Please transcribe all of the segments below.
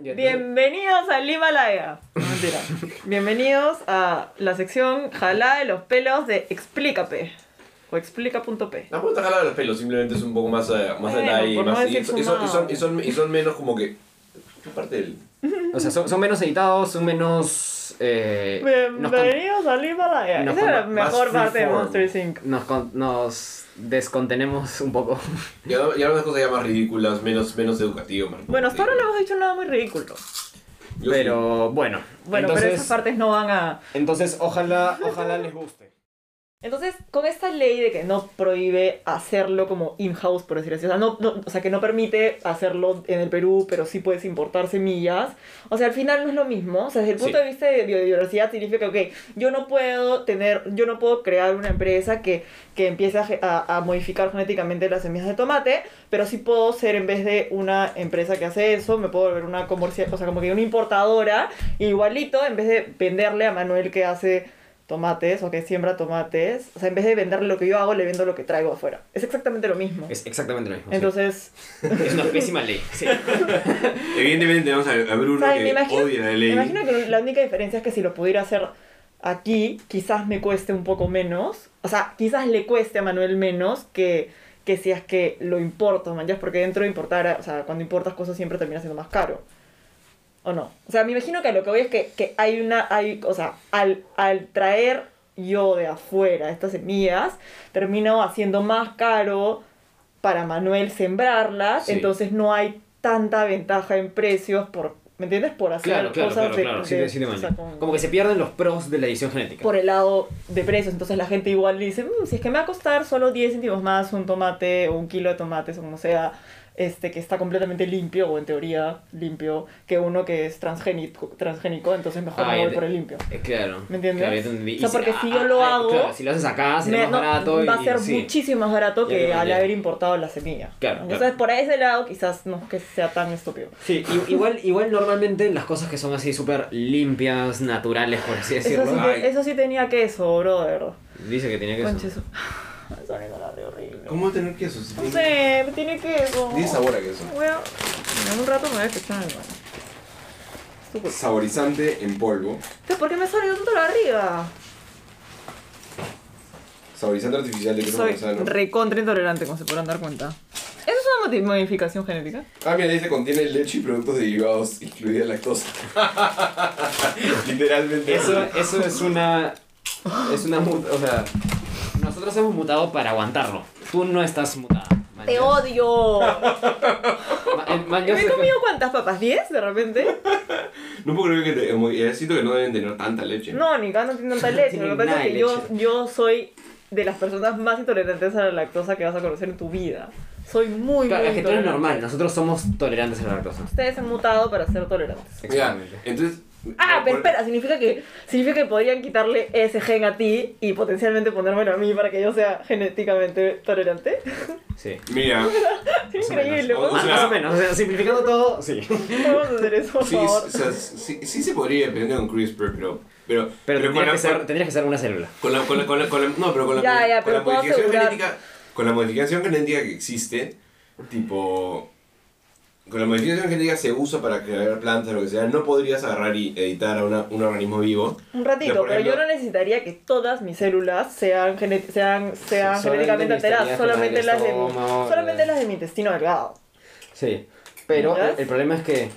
Bienvenidos al Himalaya. No, mentira. Bienvenidos a la sección Jalá de los pelos de Explícate. O explica.p. La puta jalada de los pelos, simplemente es un poco más, eh, más Bueno, detalle. por no más, y, decir y son, y, son, fumado. y, son, y son menos como que. ¿Qué parte del.? O sea, son, son menos editados, son menos. eh, nos, con- Bienvenidos al Himalaya. nos Esa es la con- más mejor free parte de form. Monster Inc. nos con- nos descontenemos un poco. Y ahora y ahora unas cosas ya más ridículas, menos, menos educativo, más Bueno, hasta ahora no educativo. hemos dicho nada muy ridículo. Yo Pero bueno. Bueno, pero esas entonces, partes no van a. entonces ojalá, ojalá les guste. Entonces, con esta ley de que no prohíbe hacerlo como in-house, por decir así, o sea, no, no- o sea, que no permite hacerlo en el Perú, pero sí puedes importar semillas, o sea, al final no es lo mismo, o sea, desde el punto Sí. de vista de biodiversidad significa que, ok, yo no puedo tener, yo no puedo crear una empresa que, que empiece a, ge- a- a modificar genéticamente las semillas de tomate, pero sí puedo ser, en vez de una empresa que hace eso, me puedo volver una comercial, o sea, como que una importadora, igualito, en vez de venderle a Manuel que hace tomates o que siembra tomates, o sea, en vez de venderle lo que yo hago, le vendo lo que traigo afuera. Es exactamente lo mismo. Es exactamente lo mismo. sí. Entonces, Es una pésima ley. sí. sí. Evidentemente, vamos a ver a Bruno ¿sabes? Me que imagino, odia la me ley. imagino que la única diferencia es que si lo pudiera hacer aquí, quizás me cueste un poco menos. O sea, quizás le cueste a Manuel menos que, que si es que lo importo, man, ya es porque dentro de importar, o sea, cuando importas cosas siempre termina siendo más caro. ¿O no? O sea, me imagino que a lo que voy es que, que hay una. Hay, o sea, al, al traer yo de afuera estas semillas, termino haciendo más caro para Manuel sembrarlas, Sí. entonces no hay tanta ventaja en precios por. ¿Me entiendes? Por hacer Claro, claro, cosas claro, de- claro. de- sí, de- sí, de o manera. sea, como- Como que se pierden los pros de la edición genética. por el lado de precios. Entonces la gente igual dice, "Mm, si es que me va a costar solo 10 céntimos más un tomate o un kilo de tomates o como sea, este que está completamente limpio o en teoría limpio, que uno que es transgénico, transgénico entonces mejor Ah, me ya voy te- por el limpio. Eh, Claro. ¿Me entiendes? Claro, ya te entendí. O sea, Y porque si yo lo hago, claro, si lo haces acá, será Me- Ah, más no, barato. va y- a ser sí. muchísimo más Ya barato que te al entendí. haber importado la semilla. Claro, Entonces claro. por ese lado quizás no es que sea tan estúpido. Sí, i- igual, igual normalmente las cosas que son así súper limpias, naturales, por así Eso sí, decirlo. que- Ay. eso sí tenía queso, brother. Dice que tenía que Conche, ser. eso. Eso me sabe horrible. ¿Cómo va a tener queso? Si No tiene- sé, tiene queso. Tiene sabor a queso. Voy a- En un rato me voy a escuchar en el baño. Es tu culpa. Saborizante en polvo. Entonces, ¿Por qué me salió tanto la barriga? Saborizante artificial de queso Soy manzano. recontra intolerante, como se podrán dar cuenta. ¿Eso es una modi- modificación genética? Ah, mira, dice contiene leche y productos derivados, incluida lactosa. Literalmente. Eso, eso es una. Es una. mut- O sea, nosotros hemos mutado para aguantarlo. Tú no estás mutada. man, ¡Te ya. odio! Ma- eh, man, ya ¿Me he sé- comido cuántas papas? ¿10 de repente? No puedo creer que te. muy- eh, Siento que no deben tener tanta leche. No, ni cada no tiene tanta leche. Tienen Lo que pasa nada es que de yo, leche. yo soy de las personas más intolerantes a la lactosa que vas a conocer en tu vida. Soy muy, Claro, muy es que tú eres intolerante. normal, nosotros somos tolerantes a la lactosa. Ustedes han mutado para ser tolerantes. Mira, entonces. Ah, pero por- espera, significa que, significa que podrían quitarle ese gen a ti y potencialmente ponérmelo a mí para que yo sea genéticamente tolerante. Sí. Mira, Es increíble, menos. ¿podemos, sea- más o menos, o sea, simplificando todo, sí. podemos hacer eso, por sí, favor. o sea, sí, sí se podría depender de un CRISPR, pero. Pero, Pero con, tendrías la, que, ser, tendrías que ser una célula. con la. Con la. Con la. Con la. No, pero con la. Ya, ya, con pero la puedo modificación asegurar- genética. Con la modificación genética que existe, tipo. Con la modificación genética se usa para crear plantas, lo que sea. No podrías agarrar y editar a una- un organismo vivo. Un Ya, ratito, por pero yo ejemplo- no necesitaría que todas mis células sean, gene- sean, sean Solamente genéticamente mis alteradas, teorías solamente las, generales, de, mi- estómago, solamente eh. las de mi intestino delgado. Sí. Pero ¿Ya? el, el problema es que.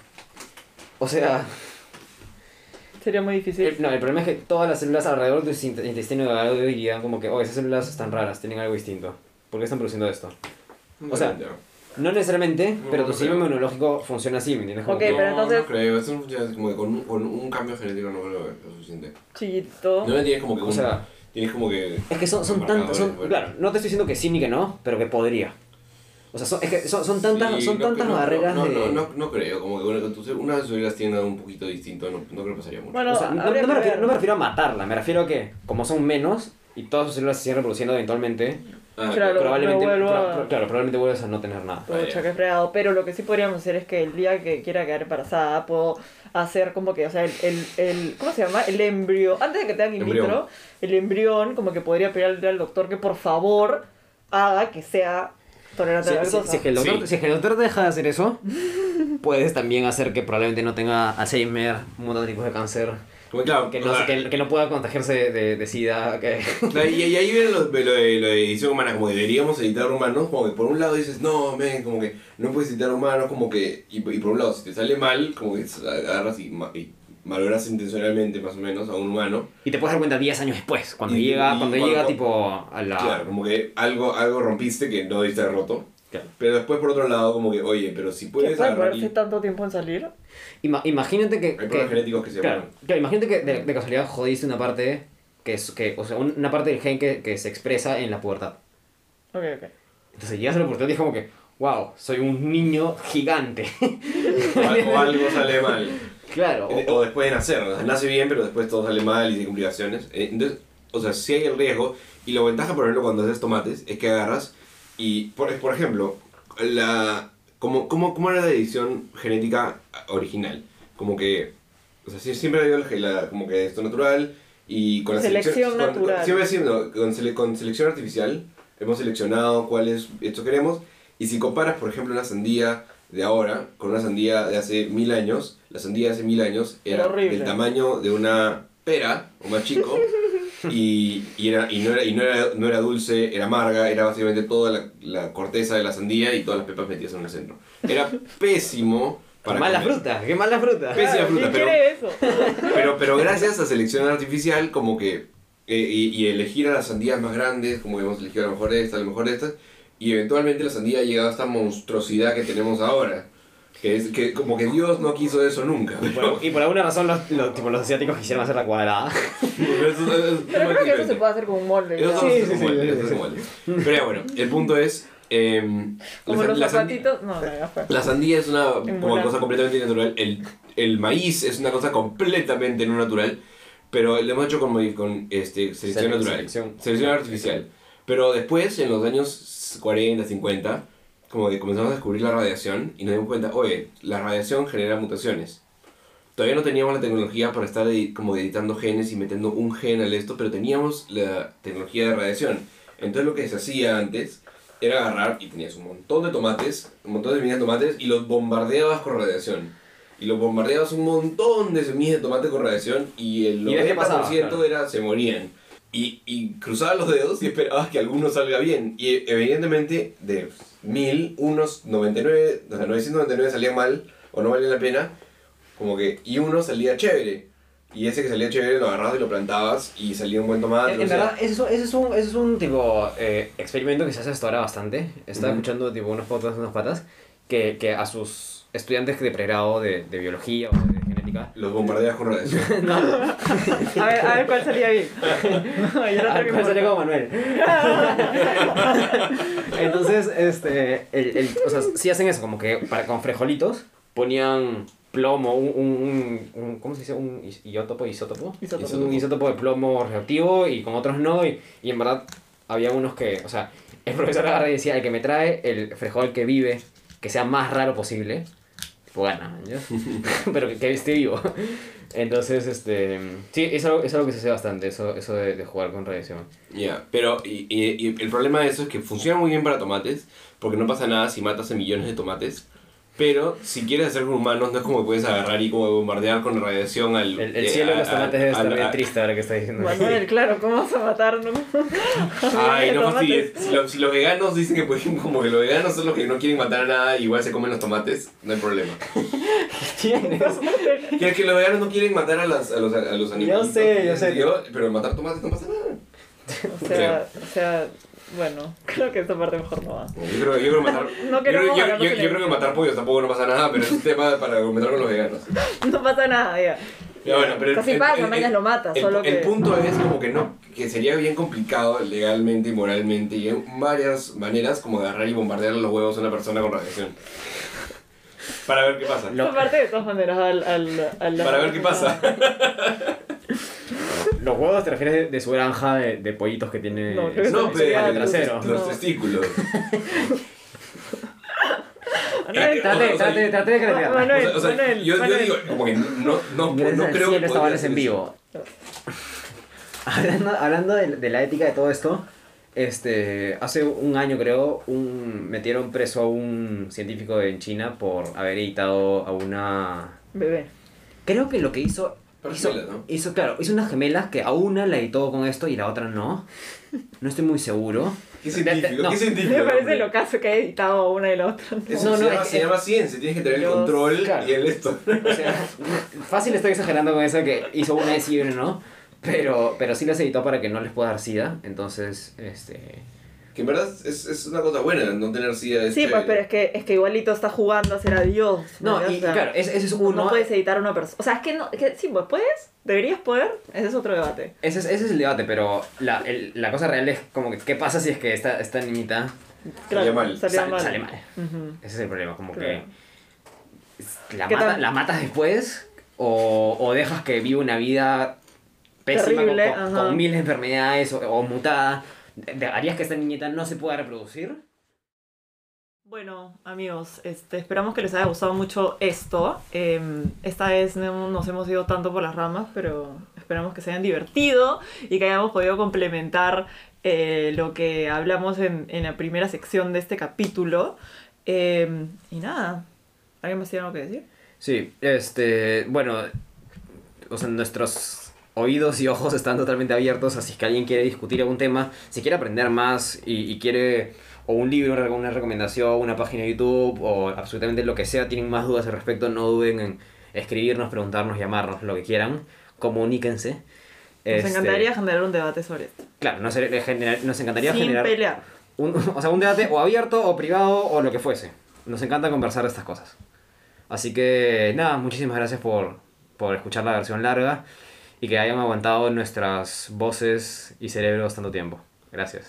O sea, Sería muy difícil. Em, el- no, el problema es que todas las células alrededor de tu inte- intestino delgado dirían como que, oh, esas células están raras, tienen algo distinto. ¿Por qué están produciendo esto? O sea, No necesariamente, No, pero no tu sistema creo. inmunológico funciona así, ¿me entiendes? Como Ok, que- no, pero entonces- no creo, eso no funciona así, como que con, un- con un cambio genético no creo que es suficiente. Chiquito. No tienes como que O un, sea, tienes como que es que son, son tantas. Son, Marcadores, Claro, no te estoy diciendo que sí ni que no, pero que podría. O sea, son, es que son, son tantas, Sí, son no- tantas no- barreras no, de. No, no, no creo, como que bueno, tus- una de sus heridas tiene algo un poquito distinto, no, no creo que pasaría mucho. Bueno, O sea, no, habría no me que refiero, ver. no me refiero a matarla, me refiero a que, como son menos y todas sus células se siguen reproduciendo eventualmente, Ah, claro. Pero probablemente, no vuelvo pro- a- pro- claro, probablemente vuelvas a no tener nada. Pucha, Vaya. qué fregado. Pero lo que sí podríamos hacer es que el día que quiera quedar embarazada, puedo hacer como que, o sea, el, el, el- ¿cómo se llama? El embrión. Antes de que te hagan in vitro, Embrión. el embrión, como que podría pedirle al doctor que por favor haga que sea tolerante a la Si, si- lactosa. si es que el doctor, Sí. si es que el doctor deja de hacer eso, puedes también hacer que probablemente no tenga Alzheimer, un montón de tipos de cáncer, Como, claro, que o no, sea, que, que no pueda contagiarse de, de, de SIDA. Que... Claro, Y, y ahí viene lo, lo de, lo de edición humana, como que deberíamos editar humanos, como que por un lado dices, no, men, como que no puedes editar humanos, como que, y, y por un lado, si te sale mal, como que agarras y, ma- y valoras intencionalmente más o menos a un humano, Y te puedes dar cuenta 10 años después, cuando Y- llega, y cuando cuando- llega tipo a la... claro, como que algo, algo rompiste que no diste roto, Claro. pero después por otro lado, como que, oye, pero si ¿Qué puedes puede agarrar y- demorarse tanto tiempo en salir? Ima- imagínate que... hay que- problemas genéticos que se Claro, van. claro, imagínate que de, de casualidad jodiste una parte, que es, que, o sea, un- una parte del gen que, que se expresa en la pubertad. Ok, ok. Entonces llegas a la pubertad y es como que, wow, soy un niño gigante. O, al- o algo sale mal. claro. o- Eh, O después de nacer, o sea, nace bien, pero después todo sale mal y tiene complicaciones. Eh, Entonces, o sea, sí hay el riesgo. Y la ventaja, por ejemplo, cuando haces tomates, es que agarras y, por, por ejemplo, la, ¿cómo, cómo, cómo era la edición genética original? Como que, o sea, sí- siempre ha habido la, la- como que esto natural y con la Selección con- con- natural. siempre ha sido, con, sele- con selección artificial hemos seleccionado cuáles esto queremos. Y si comparas, por ejemplo, una sandía de ahora con una sandía de hace mil años, la sandía de hace mil años era Era horrible. del tamaño de una pera o más chico y, y, era, y, no, era, y no, era, no era dulce, era amarga, era básicamente toda la, la corteza de la sandía y todas las pepas metidas en el centro. Era pésimo qué para mala comer. fruta, qué mala fruta. Pésima Claro, fruta, ¿Quién pero- quiere eso? Pero, pero gracias a selección artificial, como que. eh, y, y elegir a las sandías más grandes, como hemos elegido a lo mejor esta, a lo mejor esta, y eventualmente la sandía ha llegado a esta monstruosidad que tenemos ahora. Que es que como que Dios no quiso eso nunca. Y por, y por alguna razón los, los, tipo, los asiáticos quisieron hacer la cuadrada. Pero eso- eso es un Pero tema creo que eso diferente. se puede hacer con un molde. Eso ya. estamos Sí, haciendo sí, como sí, el- sí, eso sí. como el- Pero bueno, el punto es. em, Como la- los la sandía- zapatitos. No, pues. no, ya fue. La sandía es una En como volar. cosa completamente natural. El, el maíz es una cosa completamente no natural. Pero lo hemos hecho con, modi- con este, selección Sele- natural. selección. Selección artificial. Pero después, en los años 40, 50, como que comenzamos a descubrir la radiación y nos dimos cuenta, oye, la radiación genera mutaciones. Todavía no teníamos la tecnología para estar edi- como editando genes y metiendo un gen al esto, pero teníamos la tecnología de radiación. Entonces lo que se hacía antes era agarrar y tenías un montón de tomates, un montón de semillas de tomates y los bombardeabas con radiación. Y los bombardeabas un montón de semillas de tomate con radiación y el Y ves qué pasaba, 90% claro. era se morían. Y, y cruzabas los dedos y esperabas que alguno salga bien. Y evidentemente de mil, unos 99, o sea, 999 salían mal o no valían la pena. Como que, y uno salía chévere. Y ese que salía chévere lo agarrabas y lo plantabas y salía un buen tomate. En, o en sea, verdad, eso, eso es un, eso es un tipo eh, experimento que se hace hasta ahora bastante. Estaba Ujú. escuchando tipo unos podcasts, unas patas, que, que a sus estudiantes de pregrado de, de biología o de genética, Los bombardeas con radiación. A ver, a ver cuál salía bien. Ay, era Ah, otro que pues salió importa. como Manuel. Entonces, este, el, el- o sea, sí hacen eso, como que para, con frejolitos ponían plomo, un, un, un- un- ¿cómo se dice? Un is- isótopo, isótopo. Isótopo. Un isótopo de plomo radioactivo y con otros no, y, y en verdad había unos que, o sea, el profesor agarra y decía, el que me trae el frejol que vive, que sea más raro posible, tipo gana, ¿me entiendes? pero que, que esté vivo. Entonces, este, sí, es algo, es algo que se hace bastante, eso, eso de, de jugar con radiación. Ya, pero y, y- y el problema de eso es que funciona muy bien para tomates, porque no pasa nada si matas a millones de tomates. Pero si quieres hacer con humanos, no es como que puedes agarrar y como bombardear con radiación al. El, eh, el cielo de los a- tomates debe a- estar a- bien triste ahora que está diciendo eso. Manuel, claro, ¿cómo vas a matar? No? Ay, no Tomates. fastidies. Si, los- si los veganos dicen que, pues, como que los veganos son los que no quieren matar a nada, igual se comen los tomates, no hay problema. ¿Tienes? Que es que los veganos no quieren matar a, las, a, los, a los animales. sé, yo sé. pero matar tomates no pasa nada. O sea, o sea, bueno, creo que esta parte mejor no va. Yo creo, yo creo matar. No yo, creo- queremos yo- ganar yo- los yo creo que enemigos. matar pollos tampoco no pasa nada, pero es un tema para comentar con los veganos. No pasa nada, ya. Ya, bueno, pero el- Casi el- pasa, el- mañas el- lo mata, el, solo el que... punto es como que no, que sería bien complicado legalmente y moralmente y en varias maneras como agarrar y bombardear los huevos a una persona con radiación. Para ver qué pasa. Lo- Esta parte de todas maneras al... al, al Para ver qué pasa. Los huevos te refieres de, de su granja de, de pollitos que tiene No, creo que No, Eso pero sería los, algo trasero. tes- los No. testículos. Manuel, Eh, Trate, trate, trate de Ma- creer. Manuel, o sea, o sea, Manuel, yo, yo Manuel. digo, como que no, no, no, Gracias no al creo cielo, que esta podría vaina es en hacer eso. vivo. hablando hablando de, de la ética de todo esto, este, hace un año creo, un, metieron preso a un científico en China por haber editado a una... Bebé. Creo que lo que hizo... Pero hizo, gemelas, ¿no? hizo, claro, hizo unas gemelas que a una la editó con esto y la otra no. No estoy muy seguro. ¿Qué Te- te- científico? no. ¿Qué científico? Me parece hombre? lo caso que ha editado una y la otra. ¿no? Eso No, se, no, llama, es- se llama ciencia, tienes que tener el Dios, control claro. y el esto. O sea, fácil estoy exagerando con eso que hizo una y una no. Pero, pero sí las editó para que no les pueda dar sida. Entonces, este... Que en verdad es, es una cosa buena no tener sida. Sí, este- pues, pero es que, es que igualito está jugando a ser a Dios. No, ¿no? y O sea, claro, ese, ese es no uno. puedes editar a una persona. O sea, es que, no, que sí, pues puedes, deberías poder. Ese es otro debate. Ese es, ese es el debate, pero la, el- la cosa real es como que, ¿qué pasa si es que esta, esta niñita Claro, mal. salió sal- mal. sale mal? Ujú. Ese es el problema, como Claro. que la, ¿Qué mata- tal? la matas después o, o dejas que viva una vida pésima con- Terrible, con, ajá. con mil enfermedades o, o mutada. ¿De- de- ¿Harías que esta niñita no se pueda reproducir? Bueno, amigos, este, esperamos que les haya gustado mucho esto. Eh, esta vez no nos hemos ido tanto por las ramas, pero esperamos que se hayan divertido y que hayamos podido complementar eh, lo que hablamos en, en la primera sección de este capítulo. Eh, y nada, ¿alguien más tiene algo que decir? Sí, este, bueno, o sea, nuestros oídos y ojos están totalmente abiertos, así que alguien quiere discutir algún tema, si quiere aprender más y, y quiere o un libro, re- una recomendación, una página de YouTube o absolutamente lo que sea, tienen más dudas al respecto, no duden en escribirnos, preguntarnos, llamarnos, lo que quieran, comuníquense. Este, Nos encantaría generar un debate sobre esto. Claro, nos, eh, genera- nos encantaría Sin generar pelear. un, o sea, un debate o abierto o privado o lo que fuese. Nos encanta conversar estas cosas. Así que nada, muchísimas gracias por, por escuchar la versión larga y que hayan aguantado nuestras voces y cerebros tanto tiempo. Gracias.